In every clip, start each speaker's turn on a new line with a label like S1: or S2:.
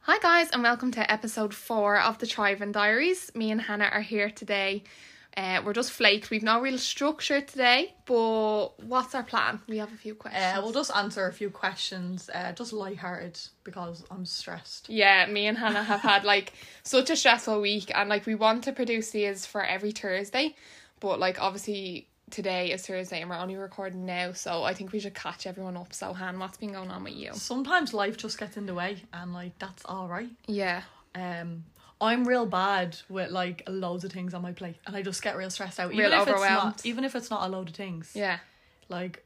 S1: Hi, guys, and welcome to episode four of the Thriving Diaries. Me and Hannah are here today. Uh, we're just flaked. We've no real structure today, but what's our plan? We have a few questions.
S2: Uh, we'll just answer a few questions, uh, just lighthearted because I'm stressed.
S1: yeah, me and Hannah have had like such a stressful week, and like we want to produce these for every Thursday, but like obviously today is Thursday and we're only recording now, so I think we should catch everyone up. So, Han, what's been going on with you?
S2: Sometimes life just gets in the way, and like that's all right.
S1: Yeah,
S2: Um, I'm real bad with like loads of things on my plate, and I just get real stressed out.
S1: Real
S2: if It's
S1: overwhelmed.
S2: not, even if it's not a load of things,
S1: yeah.
S2: like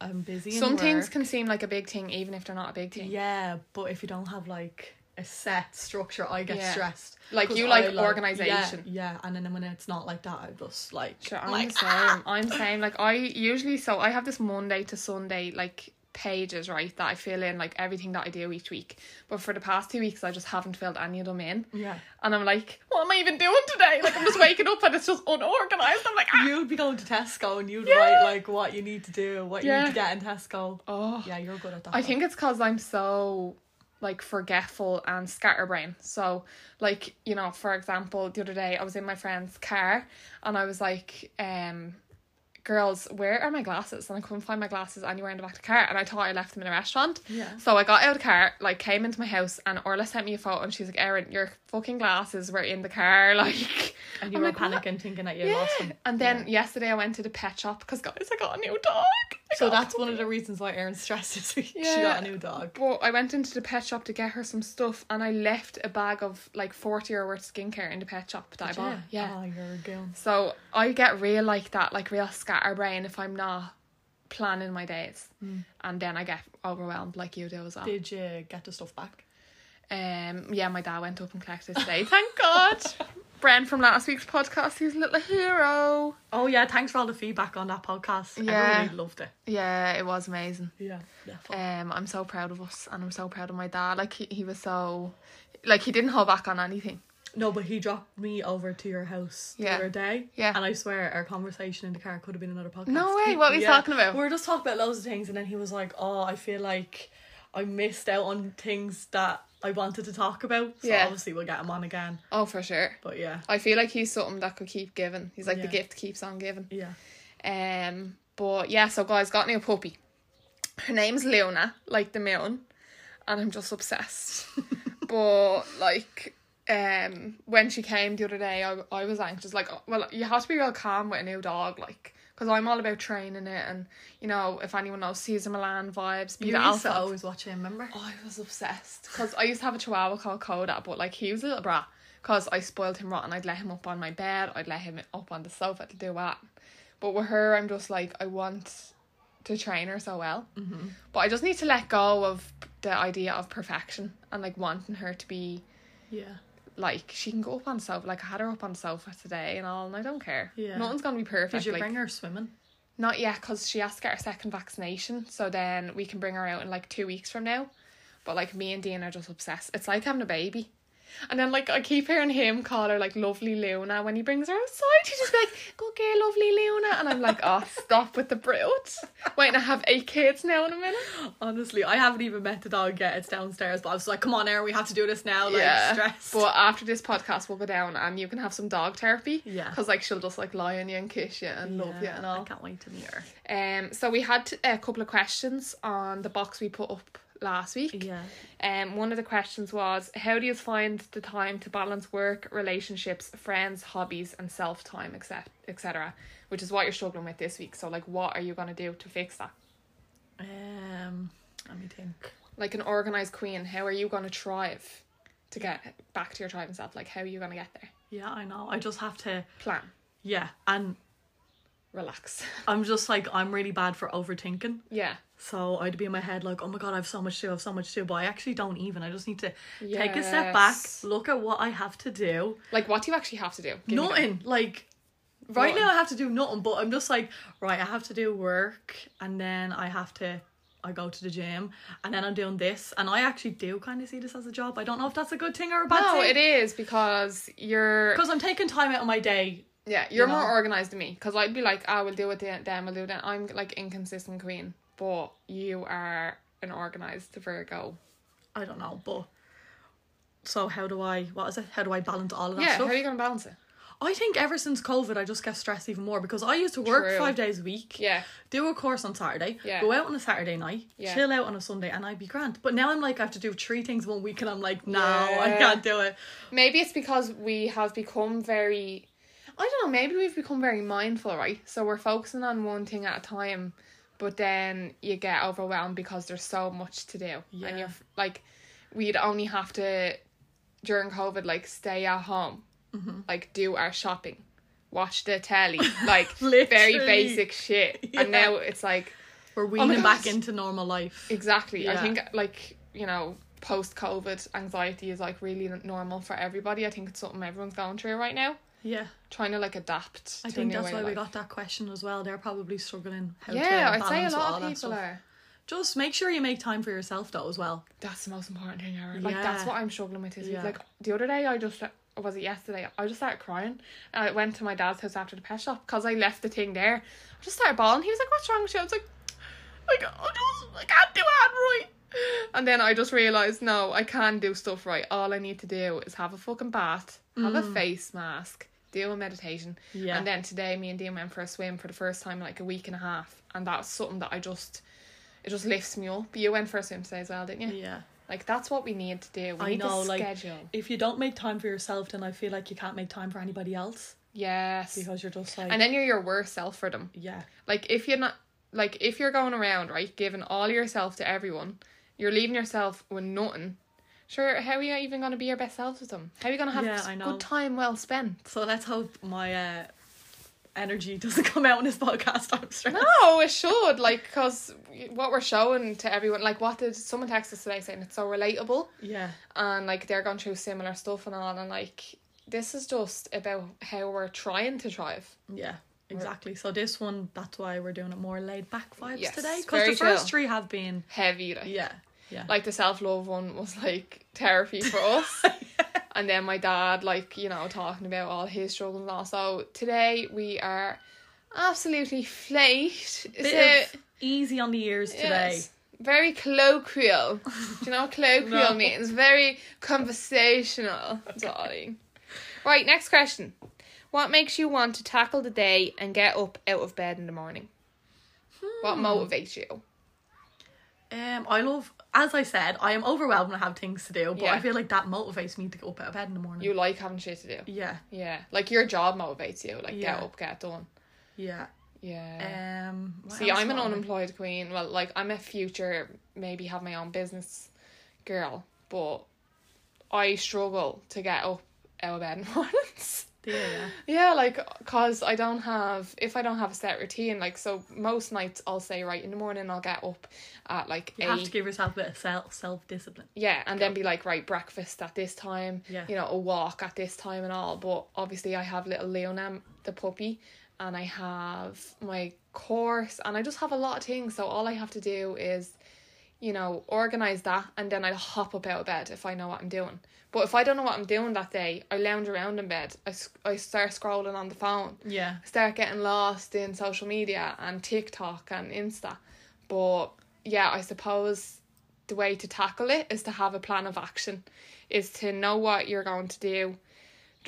S2: I'm busy.
S1: Some
S2: and
S1: things
S2: work.
S1: can seem like a big thing, even if they're not a big thing.
S2: Yeah, but if you don't have like a set structure, I get
S1: Yeah.
S2: stressed.
S1: Like,
S2: 'Cause
S1: you
S2: I,
S1: like organisation.
S2: Yeah, yeah, and then when it's not like that, I'm just like,
S1: Sure, I'm
S2: like
S1: the same. I'm the same. Like I usually so I have this Monday to Sunday like pages right that I fill in like everything that I do each week. But for the past two weeks, I just haven't filled any of them in,
S2: yeah.
S1: and I'm like, what am I even doing today? Like I'm just waking up and it's just unorganized. I'm like, ah!
S2: You'd be going to Tesco and you'd
S1: Yeah.
S2: write like what you need to do, what you
S1: Yeah.
S2: need to get in Tesco.
S1: oh.
S2: Yeah, you're good at that.
S1: I
S2: though.
S1: think it's because I'm so like forgetful and scatterbrained. So like you know, for example, the other day I was in my friend's car and I was like, um, "Girls, where are my glasses?" And I couldn't find my glasses anywhere in the back of the car, and I thought I left them in a restaurant.
S2: Yeah.
S1: So I got out of the car, like came into my house, and Orla sent me a photo, and she's like, "Erin, your fucking glasses were in the car." Like,
S2: And you
S1: I'm
S2: were
S1: like, "What?"
S2: panicking, thinking that you
S1: Yeah.
S2: lost them.
S1: And then yesterday I went to the pet shop because guys, I got a new dog. I
S2: So
S1: got a
S2: that's one of the reasons why Erin's stressed this week. She
S1: Yeah.
S2: got a new dog.
S1: Well, I went into the pet shop to get her some stuff, and I left a bag of like forty euro worth of skincare in the pet shop that I bought. Yeah.
S2: Oh, you're a goon.
S1: So I get real like that, like real scatterbrain if I'm not planning my days, and then I get overwhelmed like you do as well.
S2: Did you get the stuff back?
S1: Um, yeah, my dad went up and collected it today. Thank God. Bren from last week's podcast, he's a little hero.
S2: Oh yeah, thanks for all the feedback on that podcast.
S1: Yeah.
S2: Everyone really loved it.
S1: Yeah, it was amazing.
S2: Yeah.
S1: Um, I'm so proud of us, and I'm so proud of my dad. Like he, he was so, like he didn't hold back on anything.
S2: No, but he dropped me over to your house
S1: Yeah.
S2: the other day.
S1: Yeah.
S2: And I swear our conversation in the car could have been another podcast.
S1: No way, what were you talking about?
S2: We were just talking about loads of things and then he was like, Oh, I feel like I missed out on things that I wanted to talk about. So
S1: Yeah.
S2: obviously we'll get him on again.
S1: Oh, for sure.
S2: But yeah.
S1: I feel like he's something that could keep giving. He's like the
S2: Yeah.
S1: gift keeps on giving.
S2: Yeah.
S1: Um, but yeah, so guys, got a new puppy. Her name's Leona, like the moon, and I'm just obsessed. but like, um, when she came the other day, I I was anxious. Like, oh, well, you have to be real calm with a new dog, like. Cause I'm all about training it, and you know if anyone knows Caesar Milan vibes, be
S2: You
S1: the
S2: used
S1: alpha.
S2: to
S1: Oh,
S2: always watch him, remember?
S1: I was obsessed because I used to have a chihuahua called Koda, but like he was a little brat because I spoiled him rotten. I'd let him up on my bed, I'd let him up on the sofa to do that. But with her, I'm just like, I want to train her so well, mm-hmm. but I just need to let go of the idea of perfection and like wanting her to be
S2: Yeah.
S1: like she can go up on the sofa. Like I had her up on the sofa today and all, and I don't care.
S2: Yeah.
S1: nothing's gonna be perfect.
S2: Did you
S1: like-
S2: bring her swimming?
S1: not yet, because she has to get her second vaccination. So then we can bring her out in like two weeks from now. But like me and Dean are just obsessed. It's like having a baby. And then like I keep hearing him call her like lovely Luna when he brings her outside. He's just like, Go girl, lovely Luna. And I'm like, Oh, stop with the brute. Waiting to have eight kids now in a minute.
S2: Honestly, I haven't even met the dog yet. It's downstairs, but I was like, Come on, Erin, we have to do this now, like stressed.
S1: But after this podcast we'll go down and you can have some dog therapy.
S2: Yeah.
S1: Because like she'll just like lie on you and kiss you and love you
S2: yeah,
S1: and all.
S2: I can't wait to meet her.
S1: Um, so we had a couple of questions on the box we put up last week.
S2: Yeah.
S1: Um, one of the questions was, how do you find the time to balance work, relationships, friends, hobbies, and self time, etc., etc., which is what you're struggling with this week. So, like, what are you gonna do to fix that?
S2: Um let me think.
S1: Like an organized queen, how are you gonna thrive to get back to your thriving self? Like, how are you gonna get there?
S2: Yeah, I know. I just have to
S1: Plan,
S2: yeah, and
S1: relax.
S2: I'm just like I'm really bad for overthinking.
S1: yeah,
S2: So I'd be in my head like, oh my god, I have so much to, do, I have so much to, do, but I actually don't even. I just need to take a step back,
S1: Yes.
S2: look at what I have to do.
S1: like, what do you actually have to do? Give me that.
S2: nothing. Like right
S1: Nothing.
S2: now I have to do nothing, but I'm just like, right, I have to do work and then I have to I go to the gym and then I'm doing this and I actually do kind of see this as a job. I don't know if that's a good thing or a bad
S1: No,
S2: thing.
S1: it is because you're
S2: Because I'm taking time out of my day.
S1: Yeah, you're
S2: know?
S1: more organized than me because I'd be like, I will do it then, then we'll do that. I'm like inconsistent queen, but you are an organized Virgo.
S2: I don't know, but So how do I? What is it? How do I balance all of that
S1: Yeah, how
S2: stuff?
S1: are you going to balance it?
S2: I think ever since COVID, I just get stressed even more because I used to work
S1: True.
S2: five days a week.
S1: Yeah.
S2: do a course on Saturday,
S1: Yeah.
S2: go out on a Saturday night,
S1: Yeah.
S2: chill out on a Sunday, and I'd be grand. But now I'm like, I have to do three things one week, and I'm like, no, I
S1: Yeah.
S2: can't do it.
S1: Maybe it's because we have become very, I don't know, maybe we've become very mindful, right? So we're focusing on one thing at a time, but then you get overwhelmed because there's so much to do.
S2: Yeah.
S1: And you're f- like, we'd only have to, during COVID, like stay at home,
S2: Mm-hmm.
S1: like do our shopping, watch the telly, like very
S2: Literally.
S1: basic shit. And
S2: Yeah.
S1: now it's like,
S2: We're weaning
S1: God.
S2: back into normal life.
S1: Exactly. I
S2: Yeah.
S1: think like you know, post COVID anxiety is like really n- normal for everybody. I think it's something everyone's going through right now,
S2: Yeah,
S1: trying to like adapt.
S2: I
S1: to
S2: think
S1: a new
S2: that's
S1: way
S2: why
S1: of
S2: we
S1: life.
S2: got that question as well. They're probably struggling. How
S1: Yeah,
S2: to
S1: I'd say a
S2: balance with all
S1: lot
S2: that
S1: of people
S2: stuff.
S1: are.
S2: Just make sure you make time for yourself though as well.
S1: That's the most important thing ever. Like
S2: Yeah.
S1: that's what I'm struggling with this week.
S2: Yeah.
S1: Like the other day, I just or was it yesterday? I just started crying. And I went to my dad's house after the pet shop because I left the thing there. I just started bawling. He was like, "What's wrong with you?" I was like, "I ca- I just I can't do it right." And then I just realized, no, I can do stuff right. All I need to do is have a fucking bath, have a face mask, do a meditation,
S2: Mm. Yeah.
S1: and then today me and Dean went for a swim for the first time in like a week and a half, and that's something that I just. It just lifts me up. You went for a swim today as well, didn't you?
S2: Yeah.
S1: Like that's what we need to do. We
S2: I
S1: need
S2: know,
S1: to
S2: like
S1: schedule.
S2: if you don't make time for yourself, then I feel like you can't make time for anybody else
S1: yes.
S2: because you're just like
S1: And then you're your worst self for them.
S2: yeah,
S1: Like if you're not like if you're going around, right, giving all yourself to everyone, you're leaving yourself with nothing. Sure, how are you even gonna be your best selves with them? How are you gonna have
S2: Yeah,
S1: s-
S2: I know.
S1: good time well spent?
S2: So let's hope my uh, energy doesn't come out in this podcast. I'm stressed.
S1: No, it should like because what we're showing to everyone, like what did someone text us today saying it's so relatable.
S2: Yeah,
S1: and like they're going through similar stuff and all and like this is just about how we're trying to thrive.
S2: yeah, exactly. So this one, that's why we're doing it more laid back vibes
S1: Yes,
S2: today because
S1: very
S2: the first
S1: chill.
S2: three have been
S1: Heavy like
S2: yeah, yeah,
S1: like the self love one was like therapy for us. And then my dad, like, you know, talking about all his struggles and all. So today we are absolutely flaked. Is
S2: Bit
S1: it-
S2: of easy on the ears today.
S1: Yes. Very colloquial. Do you know what colloquial
S2: No.
S1: means? Very conversational, darling. Right, next question. What makes you want to tackle the day and get up out of bed in the morning? What
S2: Hmm.
S1: motivates you?
S2: Um, I love. As I said, I am overwhelmed and I have things to do, but I
S1: Yeah.
S2: feel like that motivates me to go up out of bed in the morning.
S1: You like having shit to do.
S2: yeah,
S1: Yeah. Like your job motivates you. Like
S2: Yeah.
S1: get up, get done.
S2: yeah.
S1: Yeah.
S2: Um, what
S1: See,
S2: else
S1: I'm an
S2: do I like?
S1: unemployed queen. Well, like I'm a future maybe have my own business girl, but I struggle to get up out of bed in the mornings.
S2: Yeah, yeah.
S1: yeah, like cause I don't have if I don't have a set routine, like so most nights I'll say right in the morning I'll get up at like
S2: You
S1: eight.
S2: have to give yourself a bit of self self discipline.
S1: Yeah, and then be like, right, breakfast at this time,
S2: Yeah.
S1: you know, a walk at this time and all. But obviously, I have little Leona, the puppy, and I have my course, and I just have a lot of things. So all I have to do is, you know, organize that, and then I'll hop up out of bed if I know what I'm doing. But if I don't know what I'm doing that day, I lounge around in bed. I, sc- I start scrolling on the phone
S2: Yeah,
S1: start getting lost in social media and TikTok and Insta. But yeah, I suppose the way to tackle it is to have a plan of action, is to know what you're going to do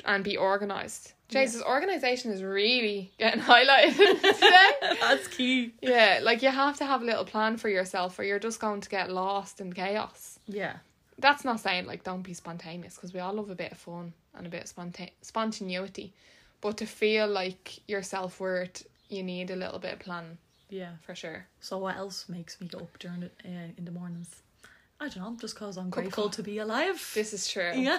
S1: and be organized. Jesus, organization is really getting highlighted today.
S2: that's key.
S1: Yeah, like you have to have a little plan for yourself or you're just going to get lost in chaos.
S2: Yeah,
S1: That's not saying like don't be spontaneous because we all love a bit of fun and a bit of sponta- spontaneity. But to feel like your self worth, you need a little bit of plan
S2: yeah.
S1: for sure.
S2: So what else makes me go up during the, uh, in the mornings? I don't know, just cause I'm grateful to be alive.
S1: This is true.
S2: yeah,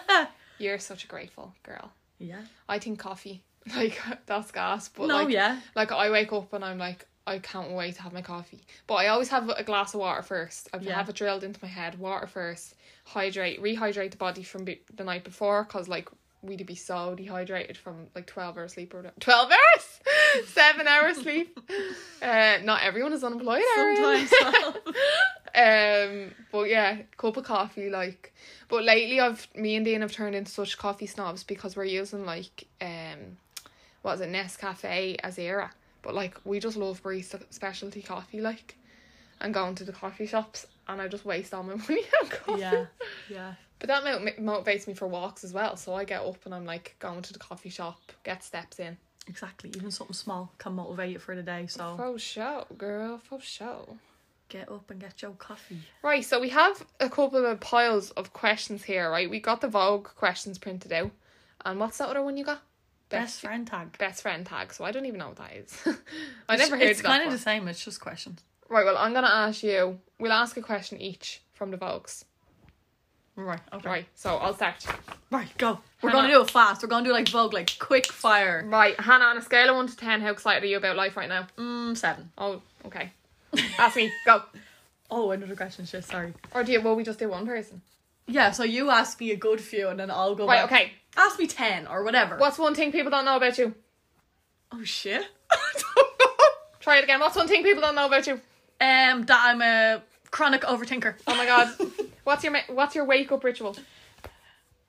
S1: You're such a grateful girl.
S2: yeah.
S1: I think coffee, like that's gas, but
S2: no,
S1: like,
S2: yeah,
S1: like I wake up and I'm like, I can't wait to have my coffee. But I always have a glass of water first. I
S2: Yeah.
S1: have it drilled into my head. Water first. Hydrate, rehydrate the body from be- the night before, cause like we'd be so dehydrated from like twelve hours sleep or whatever. twelve hours, seven hours sleep. Uh, not everyone is unemployed. Erin.
S2: sometimes.
S1: Um, but yeah, cup of coffee, like. But lately, I've me and Dean have turned into such coffee snobs because we're using like um, what is it, Nescafe as era. But like, we just love barista specialty coffee, like, and going to the coffee shops and I just waste all my money on coffee.
S2: Yeah, yeah.
S1: But that mo- motivates me for walks as well. So I get up and I'm like going to the coffee shop, get steps in.
S2: Exactly. Even something small can motivate you for the day. So
S1: Faux show, girl, faux show.
S2: get up and get your coffee.
S1: Right, so we have a couple of piles of questions here, right? We got the Vogue questions printed out. And what's that other one you got?
S2: Best friend tag.
S1: best friend tag. So I don't even know what that is. I never heard
S2: It's
S1: of
S2: kind
S1: that.
S2: of
S1: one.
S2: the same. It's just questions.
S1: Right, well, I'm going to ask you. We'll ask a question each from the Vogues.
S2: Right. Okay. Right.
S1: Right, so I'll start.
S2: Go. We're
S1: Hannah.
S2: gonna do it fast. We're gonna do like Vogue, like quick fire.
S1: Right, Hannah, on a scale of 1 to 10, how excited are you about life right now?
S2: Mm, seven.
S1: Oh, okay. Ask me, go.
S2: Oh, another question. Shit. Sorry.
S1: Or do you, will we just do one person?
S2: Yeah. So you ask me a good few, and then I'll go.
S1: Right,
S2: back.
S1: okay.
S2: Ask me ten or whatever.
S1: What's one thing people don't know about you?
S2: Oh shit. I don't know.
S1: Try it again. What's one thing people don't know about you?
S2: Um, that I'm a chronic overthinker.
S1: Oh my god. what's your ma- what's your wake up ritual?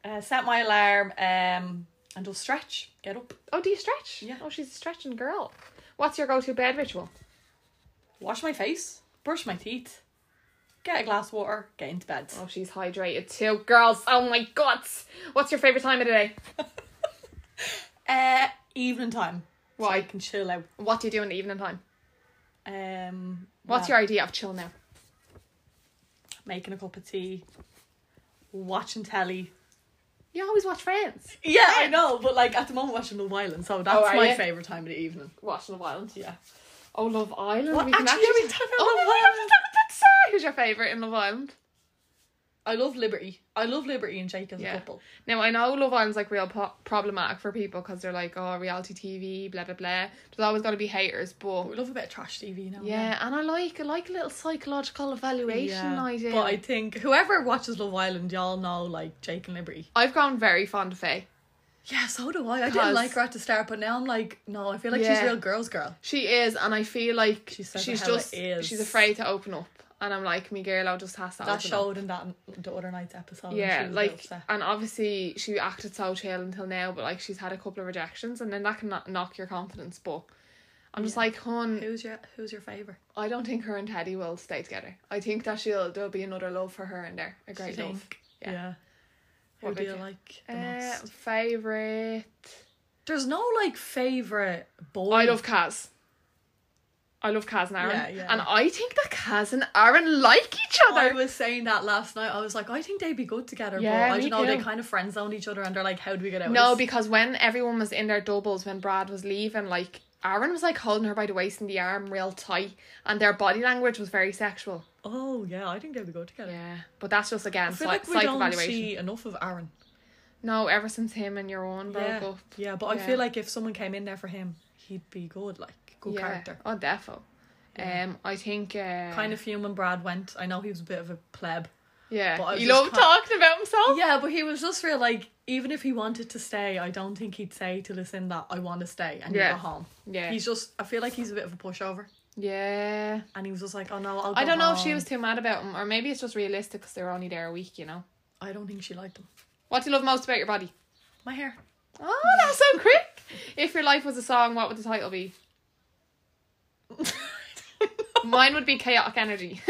S2: Uh, set my alarm. Um, and just stretch. Get up.
S1: Oh, do you stretch?
S2: Yeah.
S1: Oh, she's a stretching girl. What's your go to bed ritual?
S2: Wash my face. Brush my teeth. Get a glass of water. Get into bed.
S1: Oh, she's hydrated too. Girls, oh my god. What's your favourite time of the day?
S2: Uh, evening time. So I
S1: Why?
S2: can chill out.
S1: What do you do in the evening time?
S2: Um,
S1: What's
S2: well,
S1: your idea of chill now?
S2: making a cup of tea, watching telly?
S1: You always watch Friends.
S2: Yeah, I know, but like at the moment watching Love Island, so that's
S1: Oh, are
S2: my
S1: you?
S2: favorite time of the evening.
S1: Watch Love Island.
S2: Yeah.
S1: Oh, Love Island.
S2: What?
S1: we can
S2: Actually,
S1: actually-
S2: we talk about
S1: Oh,
S2: Love
S1: Love
S2: Island.
S1: Island. That's so- Who's your favourite in Love Island?
S2: I love Liberty. I love Liberty and Jake as
S1: Yeah.
S2: a couple.
S1: Now I know Love Island's like real po- problematic for people because they're like, oh, reality TV, blah blah blah. There's always gonna be haters, but
S2: But we love a bit of trash TV now. and
S1: yeah, and I like I like a little psychological
S2: then.
S1: evaluation
S2: Yeah.
S1: idea.
S2: But I think whoever watches Love Island, y'all know like Jake and Liberty.
S1: I've grown very fond of Faye.
S2: Yeah, so do I. I
S1: Cause-
S2: didn't like her at the start, but now I'm like, no, I feel like she's
S1: Yeah.
S2: a real girls' girl.
S1: She is, and I feel like
S2: She
S1: she's,
S2: said how
S1: just
S2: it is.
S1: she's afraid to open up, and I'm like, me girl, I just has to
S2: That
S1: open up.
S2: showed in that the other night's episode. and she
S1: Yeah,
S2: was a bit
S1: like,
S2: upset.
S1: and obviously she acted so chill until now, but like she's had a couple of rejections, and then that can kno- knock your confidence. But I'm just like, hun,
S2: who's your who's your favorite?
S1: I don't think her and Teddy will stay together. I think that she'll there'll be another love for her in there, a great love. Yeah.
S2: Yeah. Who
S1: What
S2: do you
S1: about
S2: like the
S1: Uh,
S2: most?
S1: favorite.
S2: There's no like favorite boy.
S1: I love Kaz. I love Kaz and Aaron,
S2: Yeah, yeah.
S1: and I think that Kaz and Aaron like each
S2: I
S1: other.
S2: was saying that last night. I was like, I think they'd be good together,
S1: Yeah,
S2: but I
S1: me
S2: don't know. They
S1: too.
S2: kind of friend zone each other, and they're like, "How do we get out?"
S1: No,
S2: of this?
S1: because when everyone was in their doubles, when Brad was leaving, like Aaron was like holding her by the waist and the arm real tight, and their body language was very sexual.
S2: oh yeah, I think they'd be good together.
S1: Yeah, but that's just again
S2: I
S1: psy-
S2: feel like we
S1: psych
S2: don't
S1: evaluation.
S2: see enough of Aaron.
S1: No, ever since him and your own broke
S2: Yeah,
S1: up.
S2: yeah, but I
S1: Yeah.
S2: feel like if someone came in there for him, he'd be good, like good
S1: yeah.
S2: character.
S1: Oh, defo. Um, I think uh,
S2: Kind of human. Brad went. I know he was a bit of a pleb. But I
S1: yeah.
S2: was
S1: He
S2: just
S1: loved
S2: con-
S1: talking about himself.
S2: Yeah, but he was just real like even if he wanted to stay, I don't think he'd say to listen that I want to stay and
S1: Yeah.
S2: you go home.
S1: Yeah,
S2: He's just I feel like he's a bit of a pushover,
S1: yeah.
S2: and he was just like, oh no, I'll. Go
S1: I don't know if she
S2: home."
S1: was too mad about him, or maybe it's just realistic because they were only there a week. You know.
S2: I don't think she liked him.
S1: What do you love most about your body?
S2: My hair.
S1: Oh, that's so quick. If your life was a song, what would the title be? Mine would be chaotic energy.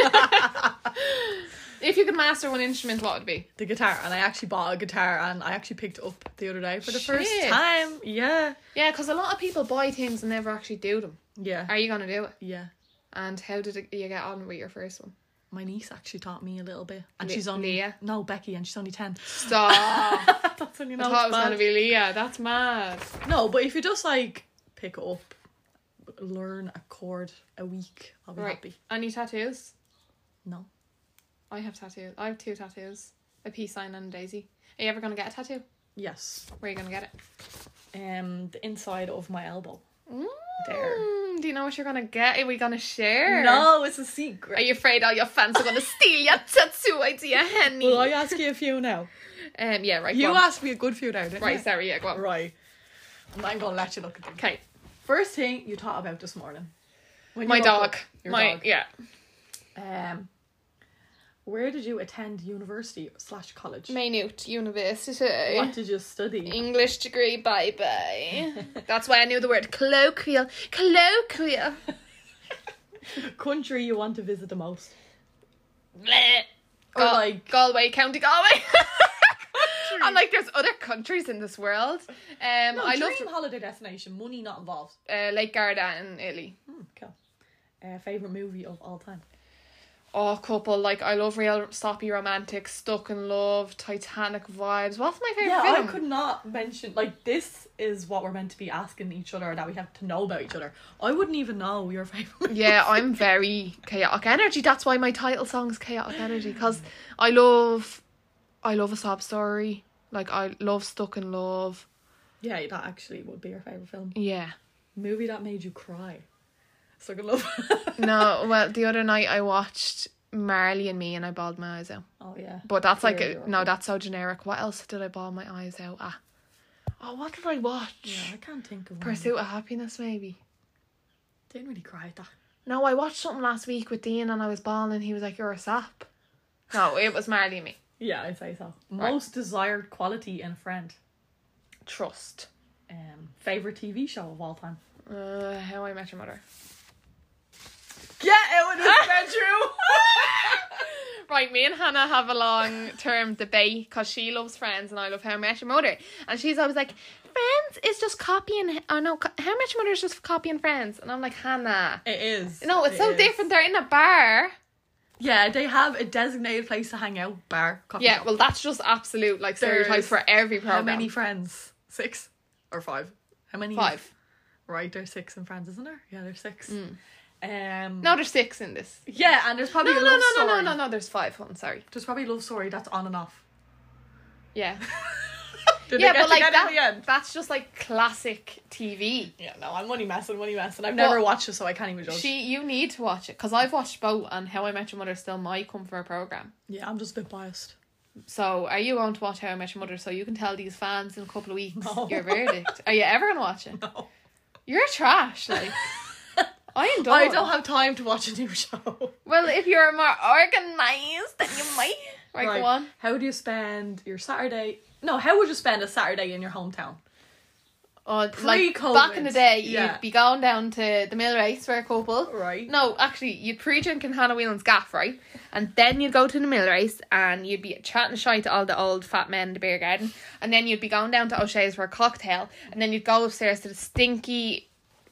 S1: if you could master one instrument, what would it be?
S2: the guitar, and I actually bought a guitar, and I actually picked it up the other day for the first
S1: Shit.
S2: time. Yeah,
S1: Yeah, because a lot of people buy things and never actually do them.
S2: yeah,
S1: Are you gonna do it?
S2: yeah.
S1: And how did it, you get on with your first one?
S2: My niece actually taught me a little bit, and
S1: Le-
S2: she's only
S1: Leah?
S2: no Becky, and she's only ten.
S1: Stop! I
S2: That's when you know.
S1: thought it was
S2: it's
S1: gonna be Leah. That's mad.
S2: bad. No, but if you just like pick it up, learn a chord a week, I'll be
S1: Right.
S2: happy.
S1: Any tattoos?
S2: No,
S1: I have tattoos. I have two tattoos. A peace sign and a daisy. Are you ever gonna get a tattoo?
S2: yes,
S1: Where are you gonna get it?
S2: um, the inside of my elbow. There.
S1: Mm, do you know what you're gonna get? Are we gonna share?
S2: No, it's a
S1: Are
S2: secret.
S1: you afraid all your fans are gonna steal your tattoo idea, honey?
S2: Will I ask you a few now?
S1: Um, yeah, right.
S2: You
S1: go on.
S2: asked me a good few now, didn't
S1: Right,
S2: you?
S1: sorry, yeah, go on.
S2: Right. I'm not gonna let you look at them.
S1: Okay,
S2: First thing you thought about this morning. When you
S1: my
S2: woke
S1: dog.
S2: up, Your
S1: my
S2: dog.
S1: yeah.
S2: Um, where did you attend university slash college?
S1: Maynooth University.
S2: What did you study?
S1: English degree, bye bye. That's why I knew the word colloquial. Colloquial.
S2: Country you want to visit the most?
S1: bleh,
S2: Or,
S1: Gal-
S2: like-
S1: Galway, County Galway. I'm like, there's other countries in this world. Um,
S2: No,
S1: I love
S2: dream holiday destination, money not involved.
S1: uh, Lake Garda in Italy.
S2: Hmm, cool. Uh, favorite movie of all time.
S1: Oh, couple like I love real soppy romantic, stuck in love, Titanic vibes. What's my favorite
S2: Yeah,
S1: film?
S2: I could not mention like this is what we're meant to be asking each other that we have to know about each other. I wouldn't even know your favorite.
S1: Yeah, I'm very chaotic energy. That's why my title song's chaotic energy because I love, I love a sob story. Like I love stuck in love.
S2: yeah, that actually would be your favorite film.
S1: Yeah.
S2: Movie that made you cry. Stuck in love.
S1: No, well, the other night I watched Marley and Me and I bawled my eyes out.
S2: oh yeah.
S1: But that's like
S2: Very
S1: a, no, that's so generic. What else did I bawl my eyes out at? Oh, what did I watch?
S2: yeah, I can't think of. One.
S1: Pursuit of Happiness, maybe.
S2: Didn't really cry at that.
S1: No, I watched something last week with Dean and I was bawling and he was like, "You're a sap." No, it was Marley and Me.
S2: Yeah, I'd say so. Most desired quality in a friend.
S1: Trust.
S2: Um, favorite TV show of all time.
S1: Uh, how I Met Your Mother.
S2: Get out of this bedroom.
S1: Right, me and Hannah have a long term debate because she loves Friends and I love How I Met Your Mother. And she's always like, Friends is just copying, oh no, co- How I Met Your Mother is just copying Friends. And I'm like, Hannah.
S2: it is.
S1: No, it's
S2: It
S1: so
S2: is.
S1: different. They're in a bar.
S2: Yeah, they have a designated place to hang out, bar, coffee
S1: Yeah,
S2: shop.
S1: well, that's just absolute like stereotypes
S2: There's-
S1: for every
S2: How
S1: program.
S2: many friends? Six or five? How many?
S1: Five. Mm.
S2: Right, there's six in France, isn't there? Yeah, there's six. Um,
S1: No, there's six in this.
S2: Yeah, and there's probably
S1: No, no, no,
S2: a love
S1: no,
S2: story.
S1: no, no, no. There's five. I'm sorry.
S2: There's probably a love story that's on and off.
S1: Yeah,
S2: Did
S1: yeah,
S2: they get
S1: but like
S2: together
S1: that,
S2: in the end?
S1: that's just like classic TV.
S2: Yeah, no, I'm only messing, money messing. I've
S1: But-
S2: never watched it, so I can't even judge.
S1: She, you need to watch it because I've watched both, and How I Met Your Mother is still my comfort program.
S2: yeah, I'm just a bit biased.
S1: So, are you going to watch How I Met Your Mother so you can tell these fans in a couple of weeks
S2: No.
S1: your verdict? Are you ever going to watch it?
S2: No.
S1: You're trash. Like I am done.
S2: I don't have time to watch a new show.
S1: Well, if you're more organised, then you might. Right,
S2: Like,
S1: go on.
S2: How do you spend your Saturday? No, how would you spend a Saturday in your hometown?
S1: Or Oh, like
S2: Pre-COVID,
S1: back in the day,
S2: yeah.
S1: you'd be going down to the mill race for a couple.
S2: Right.
S1: No, actually, you'd pre-drink in Hannah Whelan's gaff, right? And then you'd go to the mill race and you'd be chatting shy to all the old fat men in the beer garden. And then you'd be going down to O'Shea's for a cocktail. And then you'd go upstairs to the stinky,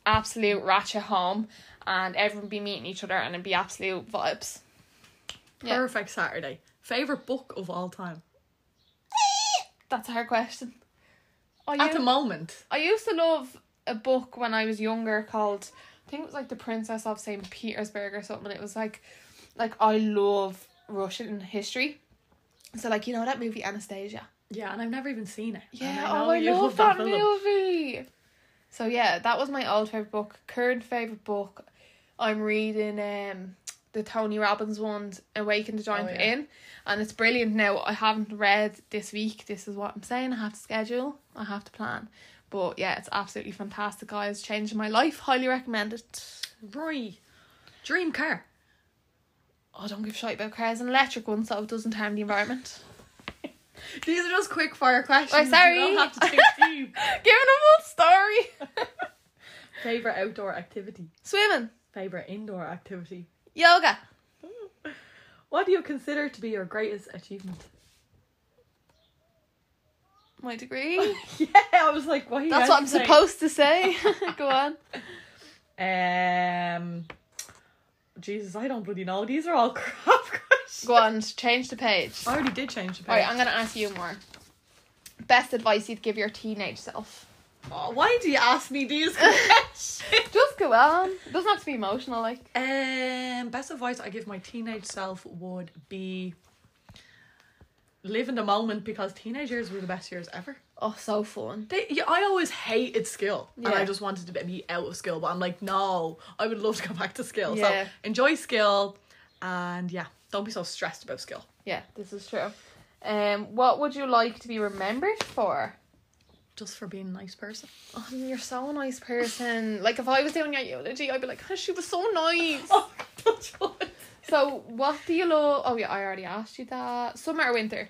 S1: absolute ratchet home. And everyone would be meeting each other and it'd be absolute vibes. Yeah.
S2: Perfect Saturday. Favorite book of all time.
S1: That's a hard question. Oh,
S2: At the moment,
S1: I used to love a book when I was younger called I think it was like The Princess of St. Petersburg or something. It was like like I love Russian history. So like you know that movie Anastasia.
S2: yeah, and I've never even seen it. And
S1: Yeah,
S2: know
S1: oh I
S2: you
S1: love, that,
S2: film.
S1: movie. So yeah, that was my old favourite book. Current favourite book I'm reading um the Tony Robbins one, Awaken the Giant
S2: Oh, yeah.
S1: Within. And it's brilliant now. I haven't read this week. This is what I'm saying. I have to schedule. I have to plan. But yeah, it's absolutely fantastic, guys. Changing my life. Highly recommend it.
S2: Right. Dream car.
S1: I Oh, don't give a shit about cars and electric ones, so it doesn't harm the environment.
S2: These are just quick fire questions.
S1: Oh, sorry.
S2: You don't have to think
S1: Giving
S2: deep.
S1: a full story.
S2: Favorite outdoor activity.
S1: Swimming,
S2: Favorite indoor activity.
S1: yoga,
S2: What do you consider to be your greatest achievement?
S1: my degree.
S2: yeah, I was like, why?
S1: That's what I'm supposed to say. Go on.
S2: Um. Jesus, I don't bloody know. These are all crap questions.
S1: Go on, change the page.
S2: I already did change the page.
S1: Alright, I'm gonna ask you more. Best advice you'd give your teenage self.
S2: Oh, why do you ask me these questions?
S1: Just go on. doesn't have to be emotional, like.
S2: Um, best advice I give my teenage self would be live in the moment because teenage years were the best years ever.
S1: Oh, so fun.
S2: They, yeah, I always hated skill and
S1: Yeah.
S2: I just wanted to be out of skill, but I'm like, no, I would love to go back to skill.
S1: Yeah.
S2: So enjoy skill and yeah, don't be so stressed about skill.
S1: Yeah, this is true. Um, what would you like to be remembered for?
S2: Just for being a nice person.
S1: Oh, you're so a nice person. Like if I was doing your eulogy, I'd be like, oh, she was so nice.
S2: Oh, that's fun.
S1: So what do you love? Oh yeah, I already asked you that. Summer or winter?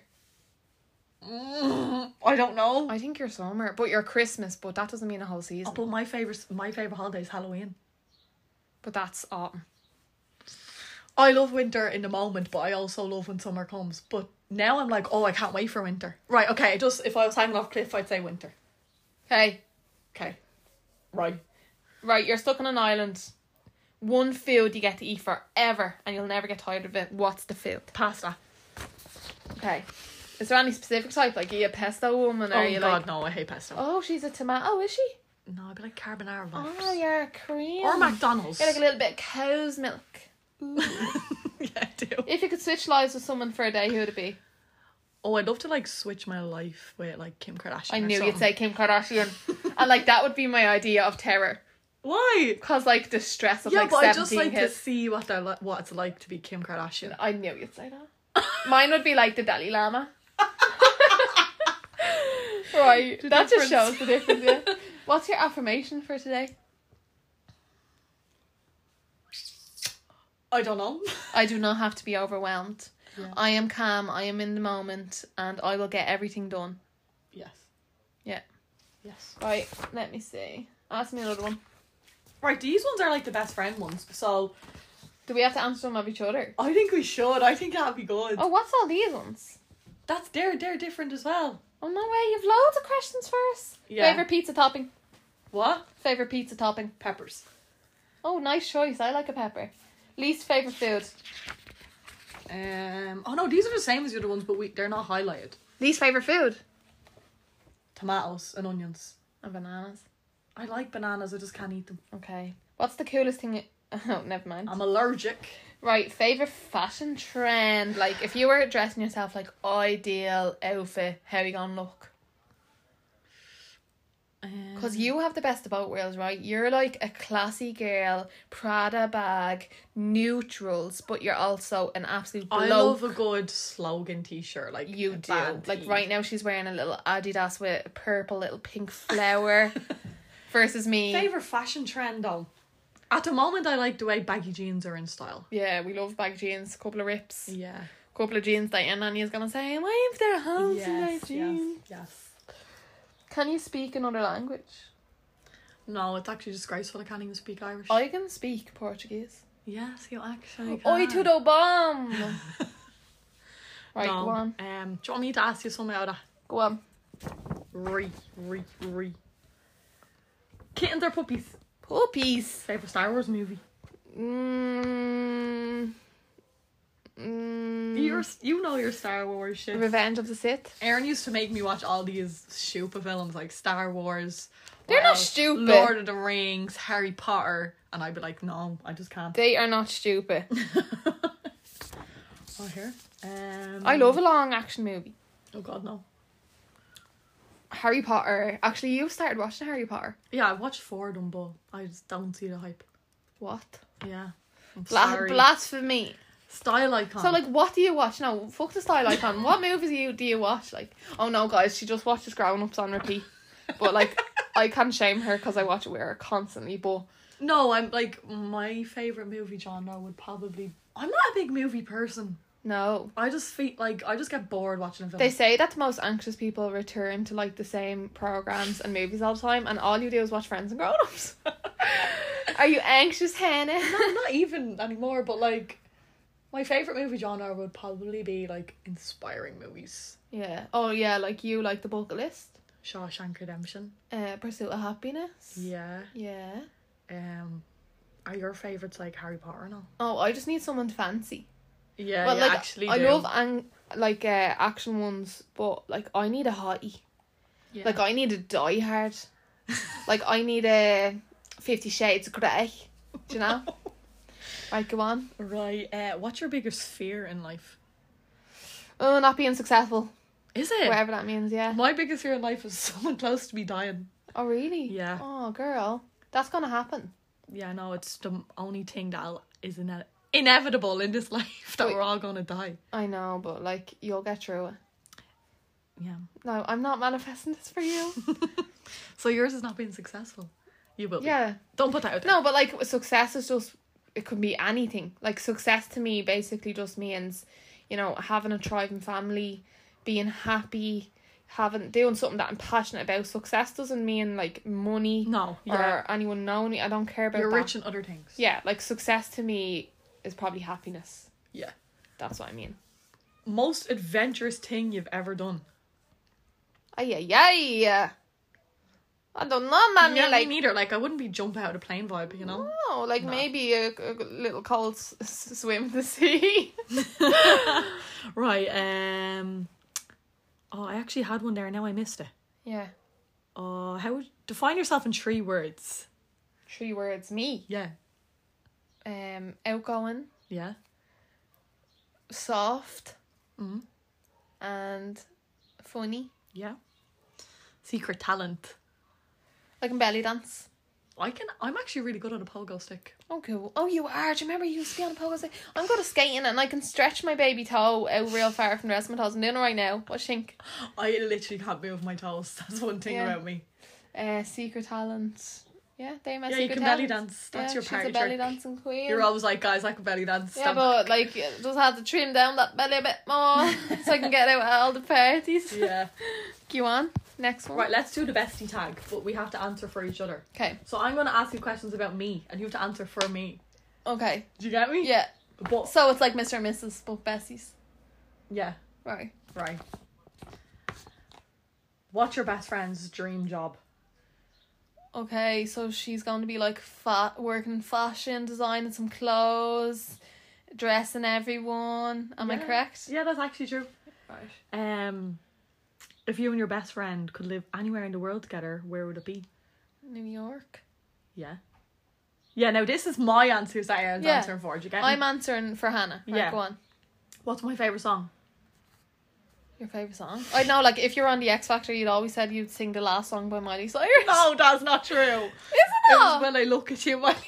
S2: Mm, I don't know.
S1: I think you're summer, but you're Christmas. But that doesn't mean a whole
S2: Oh,
S1: season.
S2: but my favorite, my favorite holiday is Halloween.
S1: But that's autumn.
S2: I love winter in the moment, but I also love when summer comes. But now I'm like, oh, I can't wait for winter. Right, okay, just if I was hanging off a cliff, I'd say winter.
S1: Okay,
S2: Okay. Right.
S1: right, you're stuck on an island. One food you get to eat forever, and you'll never get tired of it. What's the food?
S2: Pasta.
S1: Okay, is there any specific type? Like, are you a pesto woman? Or
S2: Oh
S1: are you
S2: god,
S1: like,
S2: no, I hate pesto.
S1: oh, she's a tomato, is she?
S2: No, I'd be like carbonara wraps.
S1: Oh, you're a cream.
S2: Or McDonald's.
S1: You're like a little bit of cow's milk.
S2: yeah, I do.
S1: If you could switch lives with someone for a day, who would it be?
S2: Oh, I'd love to like switch my life with like Kim Kardashian.
S1: I
S2: or
S1: knew you'd
S2: something.
S1: say Kim Kardashian. and like that would be my idea of terror.
S2: why?
S1: Cause like the stress of
S2: Yeah,
S1: like
S2: but I
S1: seventeen
S2: just like
S1: kids.
S2: to see what they're li- what it's like to be Kim Kardashian.
S1: I knew you'd say that. Mine would be like the Dalai Lama. right.
S2: The
S1: that just
S2: difference.
S1: shows the difference, yeah. What's your affirmation for today?
S2: I don't know.
S1: I do not have to be overwhelmed.
S2: Yeah.
S1: I am calm, I am in the moment, and I will get everything done.
S2: yes.
S1: Yeah.
S2: Yes.
S1: Right, let me see. Ask me another one.
S2: Right, these ones are like the best friend ones. So
S1: Do we have to answer them of each other?
S2: I think we should. I think that'd be good.
S1: Oh, what's all these ones?
S2: That's they're they're different as well.
S1: Oh no way, you've loads of questions for us.
S2: Yeah.
S1: Favorite pizza topping.
S2: What?
S1: Favorite pizza topping.
S2: Peppers.
S1: Oh, nice choice. I like a pepper. Least favorite food.
S2: Um. Oh no, these are the same as the other ones, but we they're not highlighted.
S1: Least favorite food.
S2: Tomatoes and onions.
S1: And bananas.
S2: I like bananas. I just can't eat them.
S1: Okay. What's the coolest thing? You... Oh, never mind.
S2: I'm allergic.
S1: Right, favorite fashion trend. Like, if you were dressing yourself like ideal outfit, how you gonna look?
S2: Mm.
S1: Because you have the best of both worlds, right? You're like a classy girl, Prada bag, neutrals, but you're also an absolute bloke.
S2: I love a good slogan T-shirt. Like
S1: You
S2: a
S1: do.
S2: band
S1: Like
S2: tee.
S1: right now, she's wearing a little Adidas with a purple little pink flower. versus me.
S2: Favorite fashion trend though. At the moment, I like the way baggy jeans are in style.
S1: Yeah, we love bag jeans. Couple of rips.
S2: Yeah.
S1: Couple of jeans that your nanny's gonna say, "Why if they're holes in my jeans?"
S2: yes.
S1: Can you speak another language?
S2: No, it's actually disgraceful. I can't even speak Irish.
S1: I can speak Portuguese.
S2: yes, you actually.
S1: Oi
S2: can.
S1: tudo bom. right,
S2: No,
S1: go on,
S2: Um, do you want me to ask you something out of
S1: go on.
S2: re re re? Kittens or puppies?
S1: Puppies.
S2: Favorite Star Wars movie?
S1: Mm. Mm.
S2: You're, you know your Star Wars shit.
S1: Revenge of the Sith.
S2: Aaron used to make me watch all these stupid films like Star Wars.
S1: They're
S2: what
S1: not
S2: else?
S1: stupid.
S2: Lord of the Rings, Harry Potter, and I'd be like, no, I just can't.
S1: They are not stupid.
S2: oh here. Um,
S1: I love a long action movie.
S2: Oh God, no.
S1: Harry Potter. Actually, you started watching Harry Potter.
S2: Yeah, I watched four of them, but I just don't see the hype.
S1: What?
S2: Yeah. I'm
S1: Bla-
S2: sorry.
S1: blasphemy.
S2: Style icon.
S1: So like, what do you watch? No, fuck the style icon. what movies do you do you watch? Like, oh no, guys, she just watches Grown Ups on repeat. But like, I can't shame her because I watch it with her constantly. But
S2: no, I'm like my favorite movie genre would probably. I'm not a big movie person.
S1: no,
S2: I just feel like I just get bored watching a film.
S1: they say that the most anxious people return to like the same programs and movies all the time, and all you do is watch Friends and Grown Ups. Are you anxious, Hannah?
S2: No, not even anymore, but like my favourite movie genre would probably be like inspiring movies.
S1: yeah. Oh yeah, like you like the bucket list.
S2: Shawshank Redemption.
S1: Uh, Pursuit of Happiness.
S2: Yeah.
S1: Yeah.
S2: Um are your favourites like Harry Potter now?
S1: Oh, I just need someone fancy.
S2: Yeah,
S1: But
S2: yeah,
S1: like,
S2: actually
S1: I
S2: do.
S1: love ang- like uh, action ones, but like I need a hottie.
S2: Yeah.
S1: Like I need a Die Hard. like I need a Fifty Shades Grey. Do you know? right, go on.
S2: Right, uh what's your biggest fear in life?
S1: Oh, not being successful,
S2: Is it?
S1: whatever that means. Yeah.
S2: My biggest fear in life is someone close to me dying.
S1: Oh, really?
S2: Yeah.
S1: Oh, girl, that's gonna happen.
S2: Yeah, no, it's the only thing that is ine- inevitable in this life that
S1: Wait.
S2: we're all gonna die.
S1: I know, but like you'll get through it.
S2: Yeah.
S1: No, I'm not manifesting this for you.
S2: So yours is not being successful. You will. be.
S1: yeah.
S2: Don't put that out there.
S1: No, but like success is just it could be anything. Like success to me basically just means, you know, having a thriving family, being happy, having doing something that I'm passionate about. Success doesn't mean like money
S2: No.
S1: or anyone knowing me. I don't care about
S2: You're
S1: that.
S2: rich in other things.
S1: Yeah, like success to me is probably happiness.
S2: Yeah.
S1: That's what I mean.
S2: Most adventurous thing you've ever done.
S1: Ay, ay, ay. I don't know, man.
S2: yeah,
S1: You're like,
S2: me neither. Like I wouldn't be jumping out of a plane vibe, you know.
S1: no, like
S2: No.
S1: maybe a, a little cold s- s- swim in the sea.
S2: Right. Um. Oh, I actually had one there. Now I missed it.
S1: yeah.
S2: Oh, how would define yourself in three words?
S1: Three words. Me.
S2: Yeah.
S1: Um, outgoing,
S2: Yeah.
S1: soft,
S2: Mm.
S1: and funny.
S2: Yeah. Secret talent.
S1: I can belly dance.
S2: I can. I'm actually really good on a pogo stick.
S1: Okay. well- Oh, you are. Do you remember you used to be on a pogo stick? I'm good at skating and I can stretch my baby toe out real far from the rest of my toes. I'm doing it right now. What do you think?
S2: I literally can't move my toes. That's one thing
S1: Yeah.
S2: about me.
S1: Uh, secret talent. Yeah, they my
S2: Yeah, you
S1: secret
S2: can belly
S1: talent.
S2: dance. That's
S1: yeah,
S2: your
S1: she's
S2: party
S1: a belly
S2: trick.
S1: dancing queen.
S2: You're always like, guys, I can belly dance.
S1: yeah,
S2: Stand
S1: but like, you just had to trim down that belly a bit more so I can get out at all the parties.
S2: back." yeah.
S1: Go on, next one.
S2: Right, let's do the bestie tag, but we have to answer for each other.
S1: Okay,
S2: So I'm gonna ask you questions about me, and you have to answer for me.
S1: okay,
S2: Do you get me?
S1: yeah.
S2: But
S1: So it's like Mr. and Mrs. but Bessie's.
S2: yeah,
S1: Right.
S2: right. What's your best friend's dream job?
S1: Okay, so she's going to be like fat, working fashion, designing some clothes, dressing everyone. Am I
S2: Yeah.
S1: correct?
S2: Yeah, that's actually true.
S1: Right.
S2: Um, if you and your best friend could live anywhere in the world together, where would it be?
S1: New York.
S2: Yeah. Yeah. Now this is my answer. so I was
S1: Yeah.
S2: answering for. Do you get me?
S1: I'm answering for Hannah. Right,
S2: Yeah.
S1: Go on.
S2: What's my favorite song?
S1: Your favorite song? I know, like if you're on the X Factor, you'd always said you'd sing the last song by Miley Cyrus.
S2: No, that's not true. It
S1: Isn't it?
S2: was when I look at you, my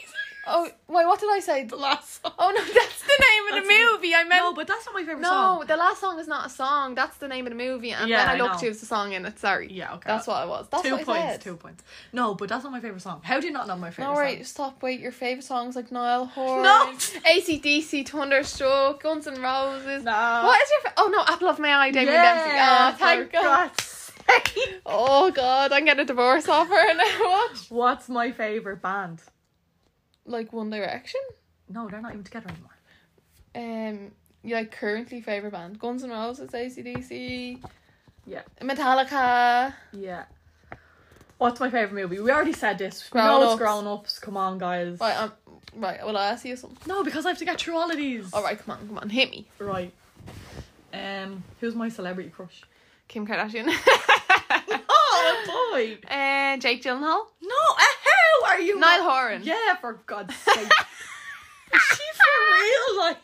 S1: Oh, wait, what did I say?
S2: the last song.
S1: Oh no, that's the name of the
S2: That's-
S1: movie. I
S2: No,
S1: meant
S2: but that's not my favorite
S1: no,
S2: song.
S1: the last song is not a song. That's the name of the movie. And
S2: Yeah,
S1: when
S2: I
S1: I looked,
S2: know.
S1: it was the song in it. Sorry.
S2: Yeah, okay.
S1: That's what I was. That's
S2: two
S1: what I
S2: points.
S1: said.
S2: Two points. No, but that's not my favorite song. How do you not know my favorite
S1: No,
S2: song?
S1: right, stop. Wait, your favourite songs like Niall Horan,
S2: No.
S1: ACDC, Thunderstruck, Guns N' Roses.
S2: No.
S1: What is your fa- Oh no, Apple of My Eye, Damien
S2: Yeah,
S1: Dempsey. Oh, thank
S2: for
S1: God.
S2: God's sake.
S1: Oh God, I'm getting a divorce offer and now. What?
S2: What's my favorite band?
S1: Like One Direction?
S2: No, they're not even together anymore.
S1: Um, your like, currently favourite band? Guns N' Roses, ACDC.
S2: Yeah.
S1: Metallica.
S2: Yeah. What's my favorite movie? We already said this.
S1: Grown
S2: no,
S1: Ups.
S2: it's grown ups. Come on, guys.
S1: Right, um, right. Well, I ask you something.
S2: No, because I have to get through all of these.
S1: All right, come on, come on, hit me,
S2: Right. Um, who's my celebrity crush?
S1: Kim Kardashian.
S2: Oh, boy.
S1: uh, Jake Gyllenhaal.
S2: No, uh, how are you?
S1: Niall Horan.
S2: Yeah, for God's sake. Is she for real? Like,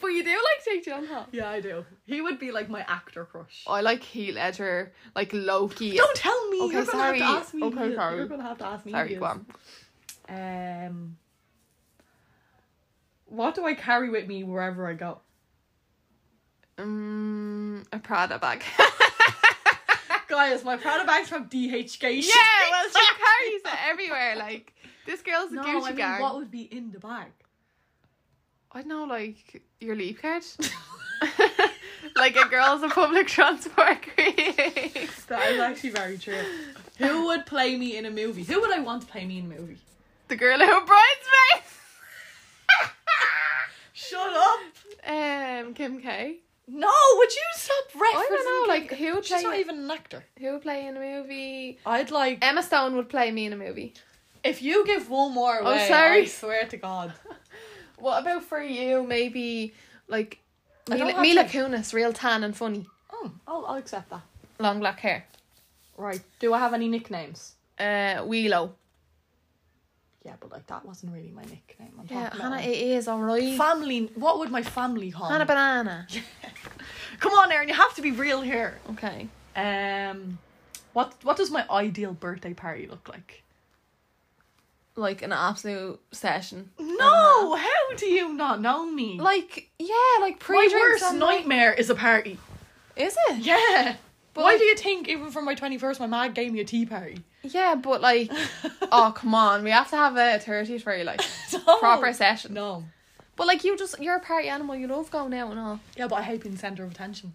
S1: But you do like Jake Gyllenhaal.
S2: yeah, I do. He would be like my actor crush.
S1: I like Heath Ledger, like Loki.
S2: Don't tell me.
S1: Okay,
S2: You're gonna
S1: sorry.
S2: have to ask me.
S1: Okay,
S2: who-
S1: sorry.
S2: You're gonna have to ask me.
S1: Sorry,
S2: who
S1: go on.
S2: he is. Um, what do I carry with me wherever I go?
S1: Um, a Prada bag.
S2: Guys, my Prada bag's from DHK.
S1: yeah, well, she carries it everywhere. Like this girl's a
S2: No,
S1: Gucci
S2: I mean,
S1: gang.
S2: what would be in the bag?
S1: I don't know, like your leave card. like a girl's a public transport create.
S2: That is actually very true. Who would play me in a movie? Who would I want to play me in a movie?
S1: The girl who bridesmaids.
S2: Shut up!
S1: Um, Kim K.
S2: No, would you stop referencing?
S1: I don't know, like
S2: Kim-
S1: who would
S2: she's not
S1: play
S2: even an actor.
S1: who would play in a movie?
S2: I'd like
S1: Emma Stone would play me in a movie.
S2: if you give one more away.
S1: Oh, sorry.
S2: I swear to God.
S1: What about for you? Maybe like
S2: I don't
S1: Mila,
S2: have
S1: Mila
S2: to-
S1: Kunis, real tan and funny,
S2: Oh, I'll, I'll accept that.
S1: long black hair.
S2: Right. Do I have any nicknames?
S1: Uh, Wheelo.
S2: Yeah, but like that wasn't really my nickname. I'm
S1: Yeah,
S2: talking
S1: Hannah,
S2: about
S1: it is all right.
S2: family. What would my family call?
S1: Hannah
S2: me?
S1: Banana.
S2: Come on, Erin. You have to be real here.
S1: Okay.
S2: Um, what what does my ideal birthday party look like?
S1: Like an absolute session.
S2: No, how do you not know me?
S1: Like yeah, like
S2: my
S1: pre drinks.
S2: worst nightmare is a party.
S1: Is it?
S2: Yeah.
S1: But
S2: Why
S1: like-
S2: do you think even for my twenty first, my mad gave me a tea party?
S1: Yeah, but like, oh come on, we have to have a thirty for you, like
S2: No.
S1: proper session.
S2: No.
S1: But like you just you're a party animal. You love going out and all.
S2: Yeah, but I hate being center of attention.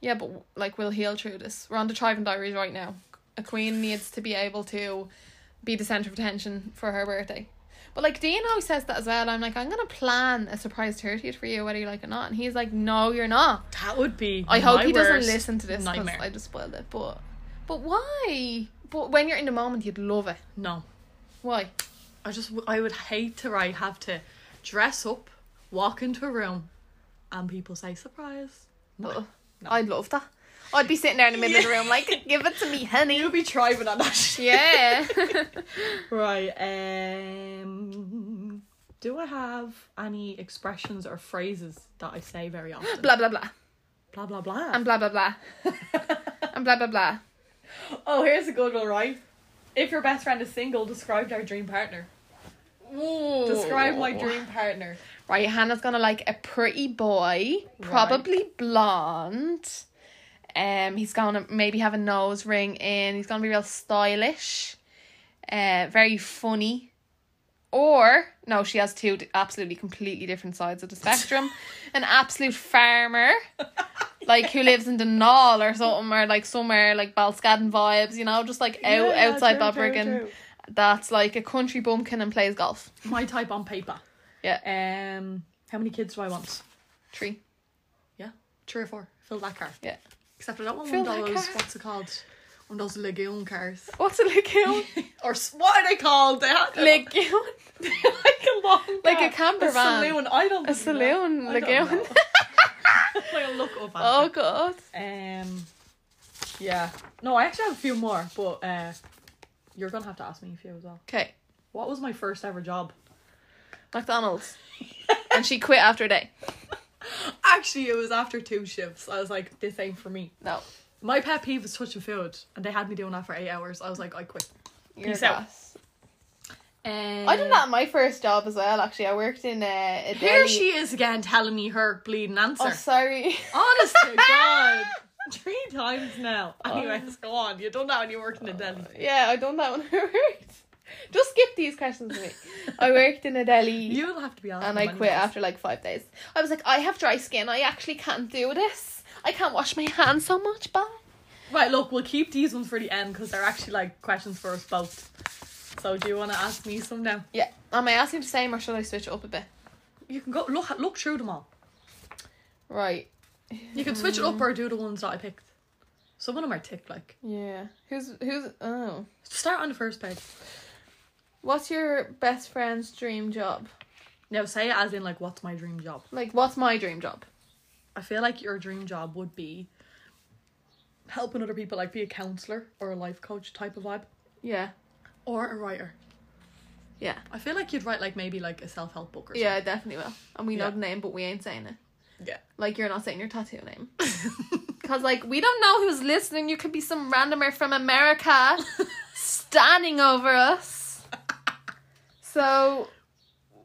S1: Yeah, but like we'll heal through this. We're on the Thriving Diaries right now. A queen needs to be able to be the centre of attention for her birthday. But like Dean always says that as well. I'm like, I'm gonna plan a surprise 30th for you, whether you like it or not. And he's like, No, you're not.
S2: That would be.
S1: I hope
S2: my
S1: he doesn't
S2: worst
S1: listen to this because
S2: Nightmare.
S1: I just spoiled it. But but why? But when you're in the moment, you'd love it.
S2: No,
S1: Why?
S2: I just w- I would hate to right have to dress up, walk into a room, and people say surprise.
S1: Ugh.
S2: No.
S1: I'd love that. I'd be sitting there in the middle of the room like, give it to me, honey.
S2: You'll be thriving on that shit.
S1: Yeah.
S2: Right. Um. Do I have any expressions or phrases that I say very often?
S1: blah blah blah.
S2: blah blah blah.
S1: And blah blah blah. and blah blah blah.
S2: oh, here's a good one, right? If your best friend is single, describe their dream partner.
S1: Ooh.
S2: Describe
S1: Oh.
S2: my dream partner.
S1: Right, Hannah's gonna like a pretty boy, probably blonde. Um, he's gonna maybe have a nose ring in. He's gonna be real stylish, uh, very funny. Or no, she has two d- absolutely completely different sides of the spectrum. An absolute farmer, like who lives in Donal or something, or like somewhere like Balscaden vibes, you know, just like out
S2: Yeah, yeah,
S1: outside
S2: true, true,
S1: Balbriggan.
S2: true.
S1: That's like a country bumpkin and plays golf.
S2: My type on paper.
S1: Yeah,
S2: Um. How many kids do I want?
S1: tree.
S2: Yeah, three or four. Fill that car.
S1: Yeah.
S2: Except I don't want
S1: Fill
S2: one of
S1: that
S2: those.
S1: car.
S2: What's it called? One of those legume cars.
S1: What's a legume?
S2: Or s- what are they called? They have
S1: Legume.
S2: like a long
S1: Like
S2: car.
S1: a camper van.
S2: saloon. I don't.
S1: A
S2: think
S1: saloon
S2: that- I don't
S1: lagoon.
S2: know. Like, look up.
S1: oh
S2: at
S1: god.
S2: it. Um. Yeah. No, I actually have a few more, but uh, you're gonna have to ask me a few as well.
S1: Okay.
S2: What was my first ever job?
S1: McDonald's. and she quit after a day.
S2: Actually, it was after two shifts. I was like, this ain't for me.
S1: No.
S2: My pet peeve was touching food, and they had me doing that for eight hours. I was like, I quit.
S1: You're
S2: Peace out.
S1: gas.
S2: Um,
S1: I did that at my first job as well, actually. I worked in uh, a, a
S2: Here
S1: deli.
S2: she is again telling me her bleeding answer.
S1: Oh sorry.
S2: Honest to God. Three times now. Um, uh, Anyways, go on. You done that when you worked in a deli.
S1: yeah, I done that when I worked. Just skip these questions to me. I worked in a deli.
S2: You'll have to be honest.
S1: and I quit after like five days. I was like, I have dry skin. I actually can't do this. I can't wash my hands so much. Bye.
S2: Right, look, we'll keep these ones for the end because they're actually like questions for us both. So do you want to ask me some now?
S1: Yeah. Am I asking the same or should I switch it up a bit?
S2: You can go look look through them all.
S1: Right.
S2: You can switch it up or do the ones that I picked. Some of them are ticked like.
S1: Yeah. Who's who's oh.
S2: Start on the first page.
S1: What's your best friend's dream job?
S2: Now say it as in like what's my dream job.
S1: Like what's my dream job?
S2: I feel like your dream job would be helping other people, like be a counselor or a life coach type of vibe,
S1: Yeah.
S2: or a writer.
S1: Yeah.
S2: I feel like you'd write like maybe like a self help book or
S1: Yeah, I definitely will. And we know
S2: Yeah.
S1: the name but we ain't saying it.
S2: something.
S1: Like you're not saying your tattoo name.
S2: Yeah.
S1: Cause like we don't know who's listening. You could be some randomer from America standing over us. So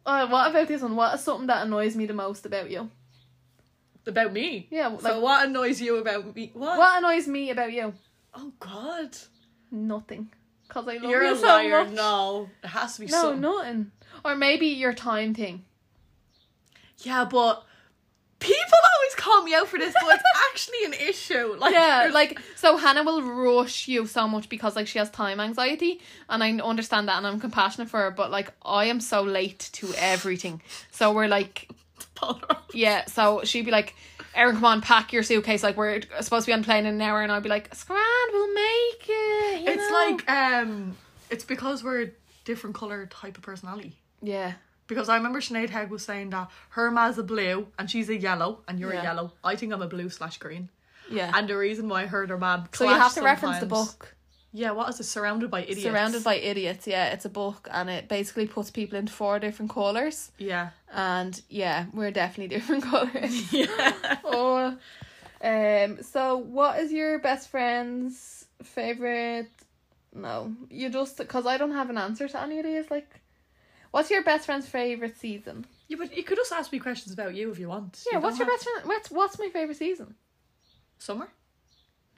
S1: uh, what about this one? What is something that annoys me the most about you?
S2: about me.
S1: Yeah, like
S2: so what annoys you about me? What?
S1: what annoys me about you?
S2: Oh God!
S1: Nothing. Cause I love
S2: You're
S1: you
S2: a
S1: so
S2: liar.
S1: much.
S2: No, it has to be
S1: No,
S2: something.
S1: nothing. Or maybe your time thing.
S2: Yeah, but people always call me out for this, but it's actually an issue. Like,
S1: Yeah,
S2: there's-
S1: like so Hannah will rush you so much because like she has time anxiety and I understand that and I'm compassionate for her, but like I am so late to everything. So we're like yeah, so she'd be like, Erin, come on, pack your suitcase. Like we're supposed to be on a plane in an hour, and I'd be like, Scran, we'll make it. you
S2: it's
S1: know."
S2: like um, it's because we're a different color type of personality.
S1: yeah,
S2: Because I remember Sinead Hegg was saying that her ma's a blue and she's a yellow and you're
S1: Yeah.
S2: a yellow. I think I'm a blue slash green.
S1: yeah.
S2: And the reason why her and her man
S1: so you have to
S2: clash
S1: reference the
S2: sometimes-
S1: book.
S2: Yeah, what is it? Surrounded by idiots.
S1: Surrounded by idiots. Yeah, it's a book, and it basically puts people into four different colors.
S2: Yeah.
S1: And yeah, we're definitely different colors.
S2: Yeah.
S1: oh, um. So, what is your best friend's favorite? No, you just because I don't have an answer to any of these. Like, what's your best friend's favorite season?
S2: yeah, but you could also ask me questions about you if you want.
S1: Yeah,
S2: You
S1: what's
S2: don't
S1: your
S2: have-
S1: best friend? What's what's my favorite season?
S2: summer?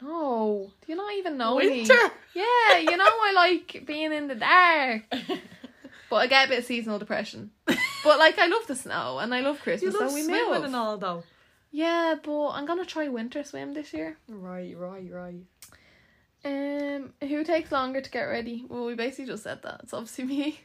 S1: No, do you not even know me?
S2: Winter.
S1: Yeah, you know I like being in the dark, but I get a bit of seasonal depression. But like I love the snow and I love
S2: you
S1: Christmas,
S2: love
S1: so we
S2: swimming
S1: move.
S2: and all though.
S1: Yeah, but I'm gonna try winter swim this year.
S2: Right, right, right.
S1: Um, who takes longer to get ready? Well, we basically just said that. It's obviously me.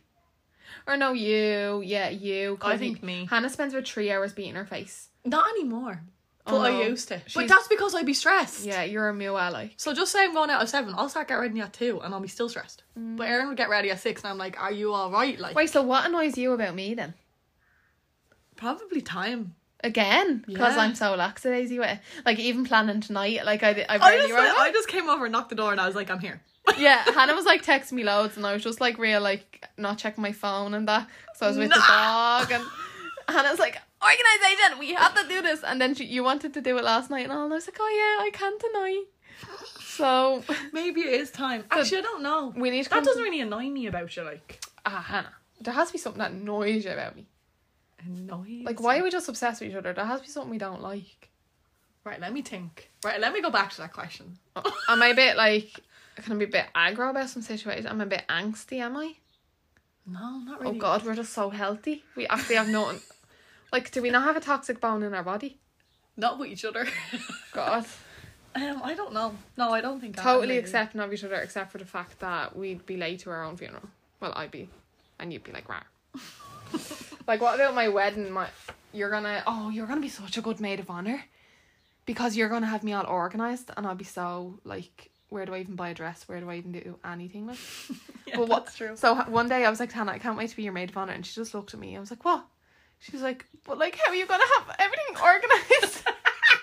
S1: Or no, you. Yeah, you. 'Cause
S2: I think
S1: he-
S2: me.
S1: Hannah spends about three hours beating her face.
S2: Not anymore. But
S1: Oh, no.
S2: I used to. But
S1: She's-
S2: that's because I'd be stressed.
S1: Yeah, you're a mew ally.
S2: So just say I'm going out at seven, I'll start getting ready at two and I'll be still stressed. But Erin would get ready at six and I'm like, Are you alright? Like
S1: Mm. Wait, so what annoys you about me then?
S2: probably time.
S1: Again, because
S2: Yeah.
S1: I'm so lackadaisy with it. Like even planning tonight, like I, I
S2: I
S1: barely
S2: just,
S1: wrote. it.
S2: I just came over and knocked the door and I was like, I'm here.
S1: Yeah, Hannah was like texting me loads, and I was just like real like not checking my phone and that. So I was with the
S2: Nah.
S1: dog, and Hannah was like, "Organization, we have to do this." And then she, you wanted to do it last night, and all, and I was like, "Oh yeah, I can tonight." So
S2: Maybe it is time. Actually I don't know.
S1: we need to
S2: That
S1: come
S2: doesn't
S1: to-
S2: really annoy me about you, like
S1: ah Hannah. There has to be something that annoys you about me.
S2: annoying.
S1: Like, why are we just obsessed with each other? There has to be something we don't like.
S2: Right, let me think. Right, let me go back to that question.
S1: Am I a bit like? Can I be a bit aggro about some situations? I'm a bit angsty, am I?
S2: No, not
S1: Oh
S2: really.
S1: God, we're just so healthy. We actually have nothing. Like, do we not have a toxic bone in our body?
S2: Not with each other.
S1: God.
S2: um, I don't know. No, I don't think I am,
S1: totally
S2: maybe.
S1: accepting of each other, except for the fact that we'd be late to our own funeral. Well, I'd be, and you'd be like, rah. like, what about my wedding? My, you're gonna, oh, you're gonna be such a good maid of honor, because you're gonna have me all organised, and I'll be so like, where do I even buy a dress? Where do I even do anything? Like,
S2: Yeah,
S1: Well, what-
S2: that's true.
S1: so h- one day I was like, Hannah, I can't wait to be your maid of honor, and she just looked at me. I was like, what? She was like, but like, how are you gonna have everything organised?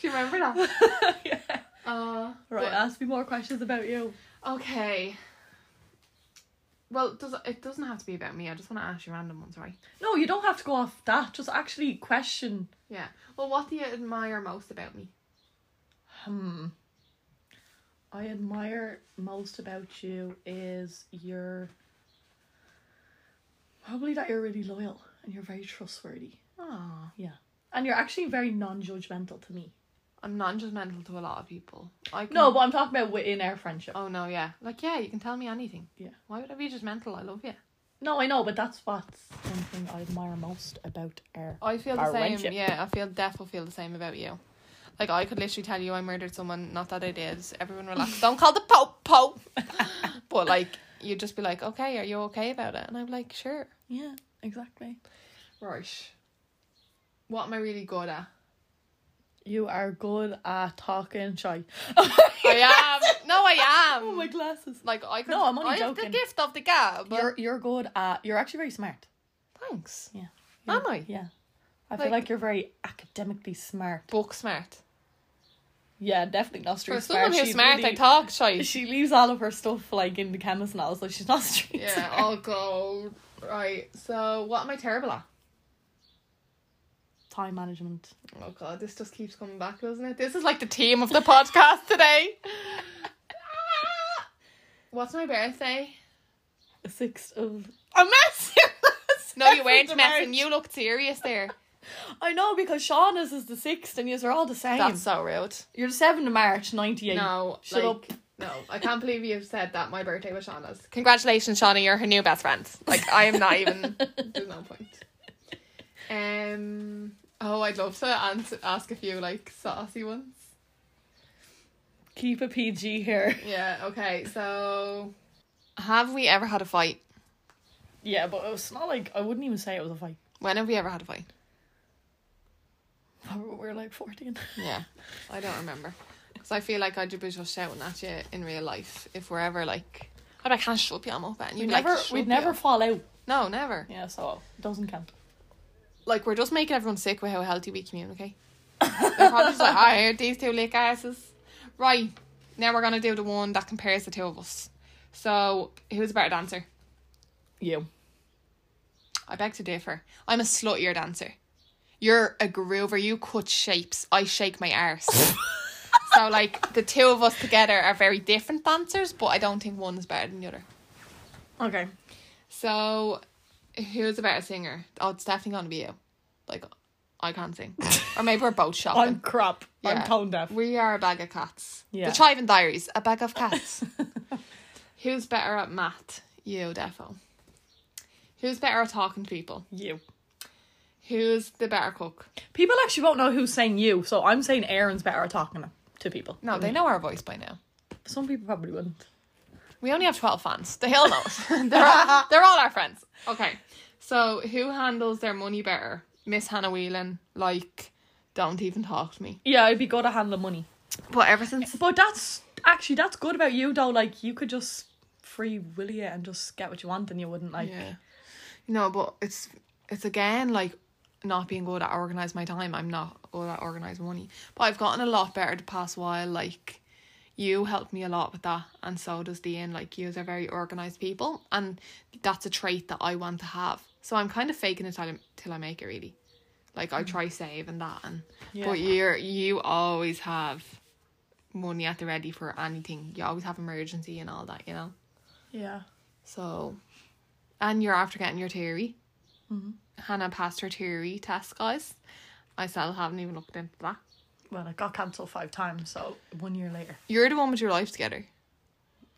S1: do you remember that?
S2: yeah.
S1: Uh,
S2: Right,
S1: but-
S2: ask me more questions about you.
S1: Okay. Well, it does it doesn't have to be about me. I just want to ask you random ones, right?
S2: No, you don't have to go off that. Just actually question.
S1: Yeah. Well, what do you admire most about me?
S2: Hmm. I admire most about you is your. Probably that you're really loyal and you're very trustworthy.
S1: Oh,
S2: And you're actually very non judgmental to me.
S1: I'm non-judgmental to a lot of people. I can,
S2: No, but I'm talking about within our friendship.
S1: oh no, yeah. Like yeah, you can tell me anything.
S2: Yeah.
S1: Why would I be judgmental? I love you.
S2: No, I know, but that's what's something I admire most about our.
S1: I feel the
S2: Our
S1: same.
S2: friendship.
S1: Yeah, I feel deaf. I feel the same about you. Like I could literally tell you I murdered someone. Not that I did. Everyone relax. Don't call the pope pope. but like you'd just be like, okay, are you okay about it? And I'm like, sure.
S2: Yeah, exactly.
S1: Right. What am I really good at?
S2: You are good at talking shy.
S1: I am. No, I am.
S2: Oh, my glasses.
S1: Like I could.
S2: No, I'm only
S1: I
S2: joking.
S1: Have the gift of the gab.
S2: You're you're good at you're actually very smart.
S1: Thanks.
S2: Yeah.
S1: Am I?
S2: Yeah. I
S1: Like-
S2: feel like you're very academically smart.
S1: Book smart.
S2: Yeah, definitely not street
S1: For
S2: smart.
S1: someone who's
S2: She
S1: smart, I
S2: really-
S1: talk shy.
S2: She leaves all of her stuff like in the chemist and all, so she's not street
S1: yeah,
S2: smart.
S1: I'll go. Right. So, what am I terrible at?
S2: Time management.
S1: Oh god, this just keeps coming back, doesn't it? This is like the theme of the podcast today. What's my birthday?
S2: A sixth of
S1: I'm messing. No, you
S2: Seventh
S1: weren't
S2: of
S1: messing.
S2: March.
S1: You looked serious there.
S2: I know because Shauna's is the sixth and you're all the same.
S1: That's so rude.
S2: You're the seventh of March, ninety eight.
S1: No,
S2: Shut
S1: like, No, I can't believe you've said that my birthday was Shauna's. Congratulations, Shauna, you're her new best friend. Like I am not even there's no point. Um oh I'd love to ans- ask a few like saucy ones.
S2: Keep a PG here.
S1: Yeah, okay, so have we ever had a fight?
S2: Yeah, but it's not like I wouldn't even say it was a fight.
S1: When have we ever had a fight?
S2: We're like fourteen.
S1: Yeah. I don't remember. Because I feel like I'd be just shouting at you in real life if we're ever like I'd be like, can't shut you, I'm up and
S2: We
S1: you'd
S2: would
S1: be like
S2: never
S1: "Shut
S2: we'd
S1: you."
S2: never fall out.
S1: No, never.
S2: Yeah, so it doesn't count.
S1: like we're just making everyone sick with how healthy we communicate. They're probably just like, I heard these two lick asses. Right, now we're gonna do the one that compares the two of us. So who's a better dancer?
S2: You.
S1: I beg to differ. I'm a sluttier dancer. You're a groover. You cut shapes. I shake my arse. so like the two of us together are very different dancers, but I don't think one is better than the other.
S2: Okay.
S1: So, who's a better singer? Oh, it's definitely gonna be you. Like, I can't sing, or maybe we're both shopping.
S2: I'm crap.
S1: Yeah.
S2: I'm tone deaf.
S1: We are a bag of cats.
S2: Yeah.
S1: The Chivin Diaries, a bag of cats. Who's better at math? You, defo. Who's better at talking to people?
S2: You.
S1: Who's the better cook?
S2: People actually won't know who's saying you, so I'm saying Aaron's better at talking to people.
S1: Mm. No, they know our voice by now.
S2: Some people probably wouldn't.
S1: We only have 12 fans. The Hill knows. they're, all, they're all our friends. Okay. So, who handles their money better? Miss Hannah Whelan, like, don't even talk to me.
S2: Yeah, I'd be good at handling money.
S1: But ever since.
S2: But that's actually that's good about you though. Like you could just free will it and just get what you want, and you wouldn't like.
S1: Yeah. No, but it's it's again like not being good at organize my time. I'm not good at organize money, but I've gotten a lot better the past while. Like you helped me a lot with that, and so does Dean. Like you are very organized people, and that's a trait that I want to have. So I'm kind of faking it till I, till I make it really. Like I try save and that, and
S2: Yeah.
S1: but you're you always have money at the ready for anything. You always have emergency and all that, you know.
S2: Yeah.
S1: So, and you're after getting your theory.
S2: Mm-hmm.
S1: Hannah passed her theory test, guys. I still haven't even looked into that.
S2: Well, it got cancelled five times, so one year later.
S1: You're the one with your life together.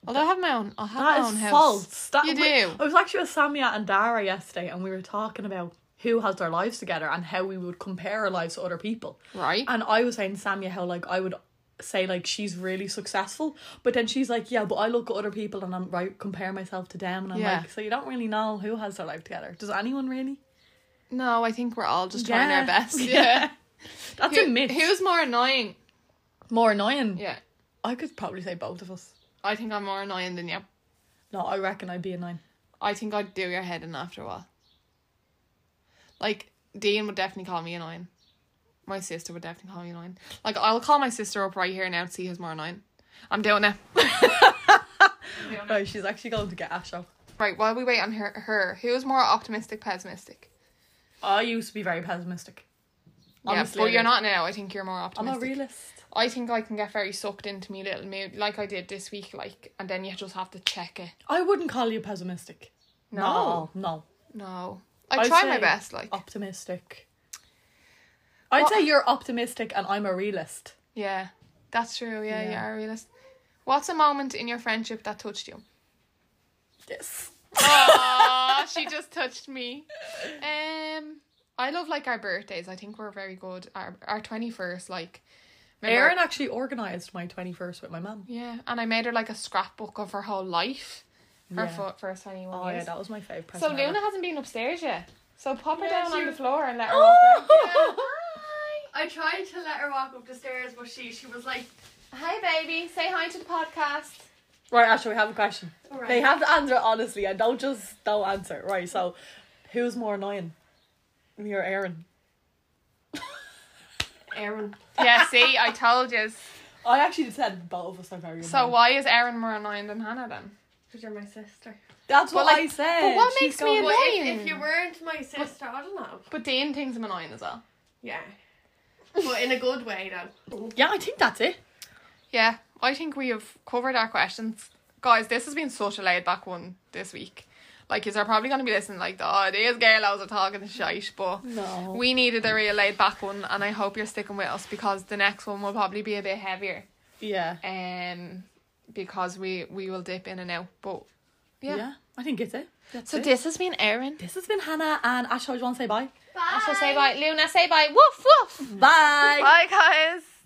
S1: Although I have my own, I have
S2: That
S1: my
S2: is
S1: own house.
S2: false. That,
S1: Oh, You
S2: we-
S1: do.
S2: I was actually with Samia and Dara yesterday, and we were talking about who has their lives together and how we would compare our lives to other people.
S1: Right.
S2: And I was saying to Samia how like I would say like she's really successful, but then she's like, yeah, but I look at other people and I'm right compare myself to them, and I'm
S1: Yeah.
S2: like, so you don't really know who has their life together. Does anyone really?
S1: No, I think we're all just trying our
S2: Yeah.
S1: best.
S2: Yeah.
S1: Yeah.
S2: That's a
S1: Who-
S2: myth.
S1: Who's more annoying?
S2: more annoying?
S1: Yeah.
S2: I could probably say both of us.
S1: I think I'm more annoying than you.
S2: No, I reckon I'd be a nine.
S1: I think I'd do your head in after a while. Like, Dean would definitely call me annoying. My sister would definitely call me annoying. Like, I'll call my sister up right here now to see who's more annoying. I'm doing it.
S2: Right, she's actually going to get Asho.
S1: Right, while we wait on her, her who is more optimistic, pessimistic?
S2: I used to be very pessimistic. Honestly,
S1: yeah,
S2: I
S1: but you're
S2: did.
S1: not now. I think you're more
S2: I'm
S1: optimistic.
S2: a realist.
S1: I think I can get very sucked into me little mood, like I did this week, like, and then you just have to check it.
S2: I wouldn't call you pessimistic.
S1: No.
S2: no. no.
S1: No. I
S2: I'd
S1: try my
S2: say Oh.
S1: best, like,
S2: Optimistic. I'd
S1: What-
S2: say you're optimistic and I'm a realist.
S1: yeah, that's true. Yeah,
S2: Yeah.
S1: you are a realist. What's a moment in your friendship that touched you?
S2: Yes.
S1: Aw, she just touched me. Um, I love like our birthdays. I think we're very good. Our our twenty first, like, remember-
S2: Erin actually organised my 21st with my mum.
S1: Yeah, and I made her like a scrapbook of her whole life. Her
S2: Yeah.
S1: fo- first twenty one
S2: Oh yeah,
S1: years.
S2: that was my favourite present.
S1: so
S2: ever.
S1: Luna hasn't been upstairs yet. So pop her
S3: Yeah,
S1: down on
S3: she-
S1: the floor and let her walk.
S2: Oh!
S1: around.
S3: I tried to let her walk up the stairs, but she she was like,
S1: Hi, baby. Say hi to the podcast.
S2: Right, Asha, we have a question.
S3: Alright.
S2: They have to answer it honestly and don't just don't answer. Right, so who's more annoying? Me or Erin?
S3: Aaron.
S1: Yeah, see, I told you.
S2: I actually said both of us are very
S1: So
S2: annoying.
S1: why is Erin more annoying than Hannah then?
S3: Because you're my sister.
S2: That's
S1: But,
S2: what
S1: like,
S2: I said.
S1: but what
S2: She's
S1: makes me
S2: going-
S1: annoying?
S3: But
S1: Annoying.
S3: if, if you weren't my sister, I don't know.
S1: But Dean thinks I'm annoying as well.
S3: Yeah. But in a good way, though.
S2: Yeah, I think that's it.
S1: Yeah, I think we have covered our questions. Guys, this has been such a laid back one this week. Like, you are probably going to be listening like, oh, these girls are talking shite, but
S2: No.
S1: we needed a real laid back one, and I hope you're sticking with us because the next one will probably be a bit heavier.
S2: Yeah.
S1: Um, because we we will dip in and out, but yeah.
S2: Yeah. I think it's it. That's
S1: So
S2: it.
S1: this has been Erin.
S2: This has been Hannah and Asha. Do you want to say bye?
S3: Bye.
S1: I shall say bye, Luna. Say bye. Woof woof.
S2: Bye.
S1: Bye, guys.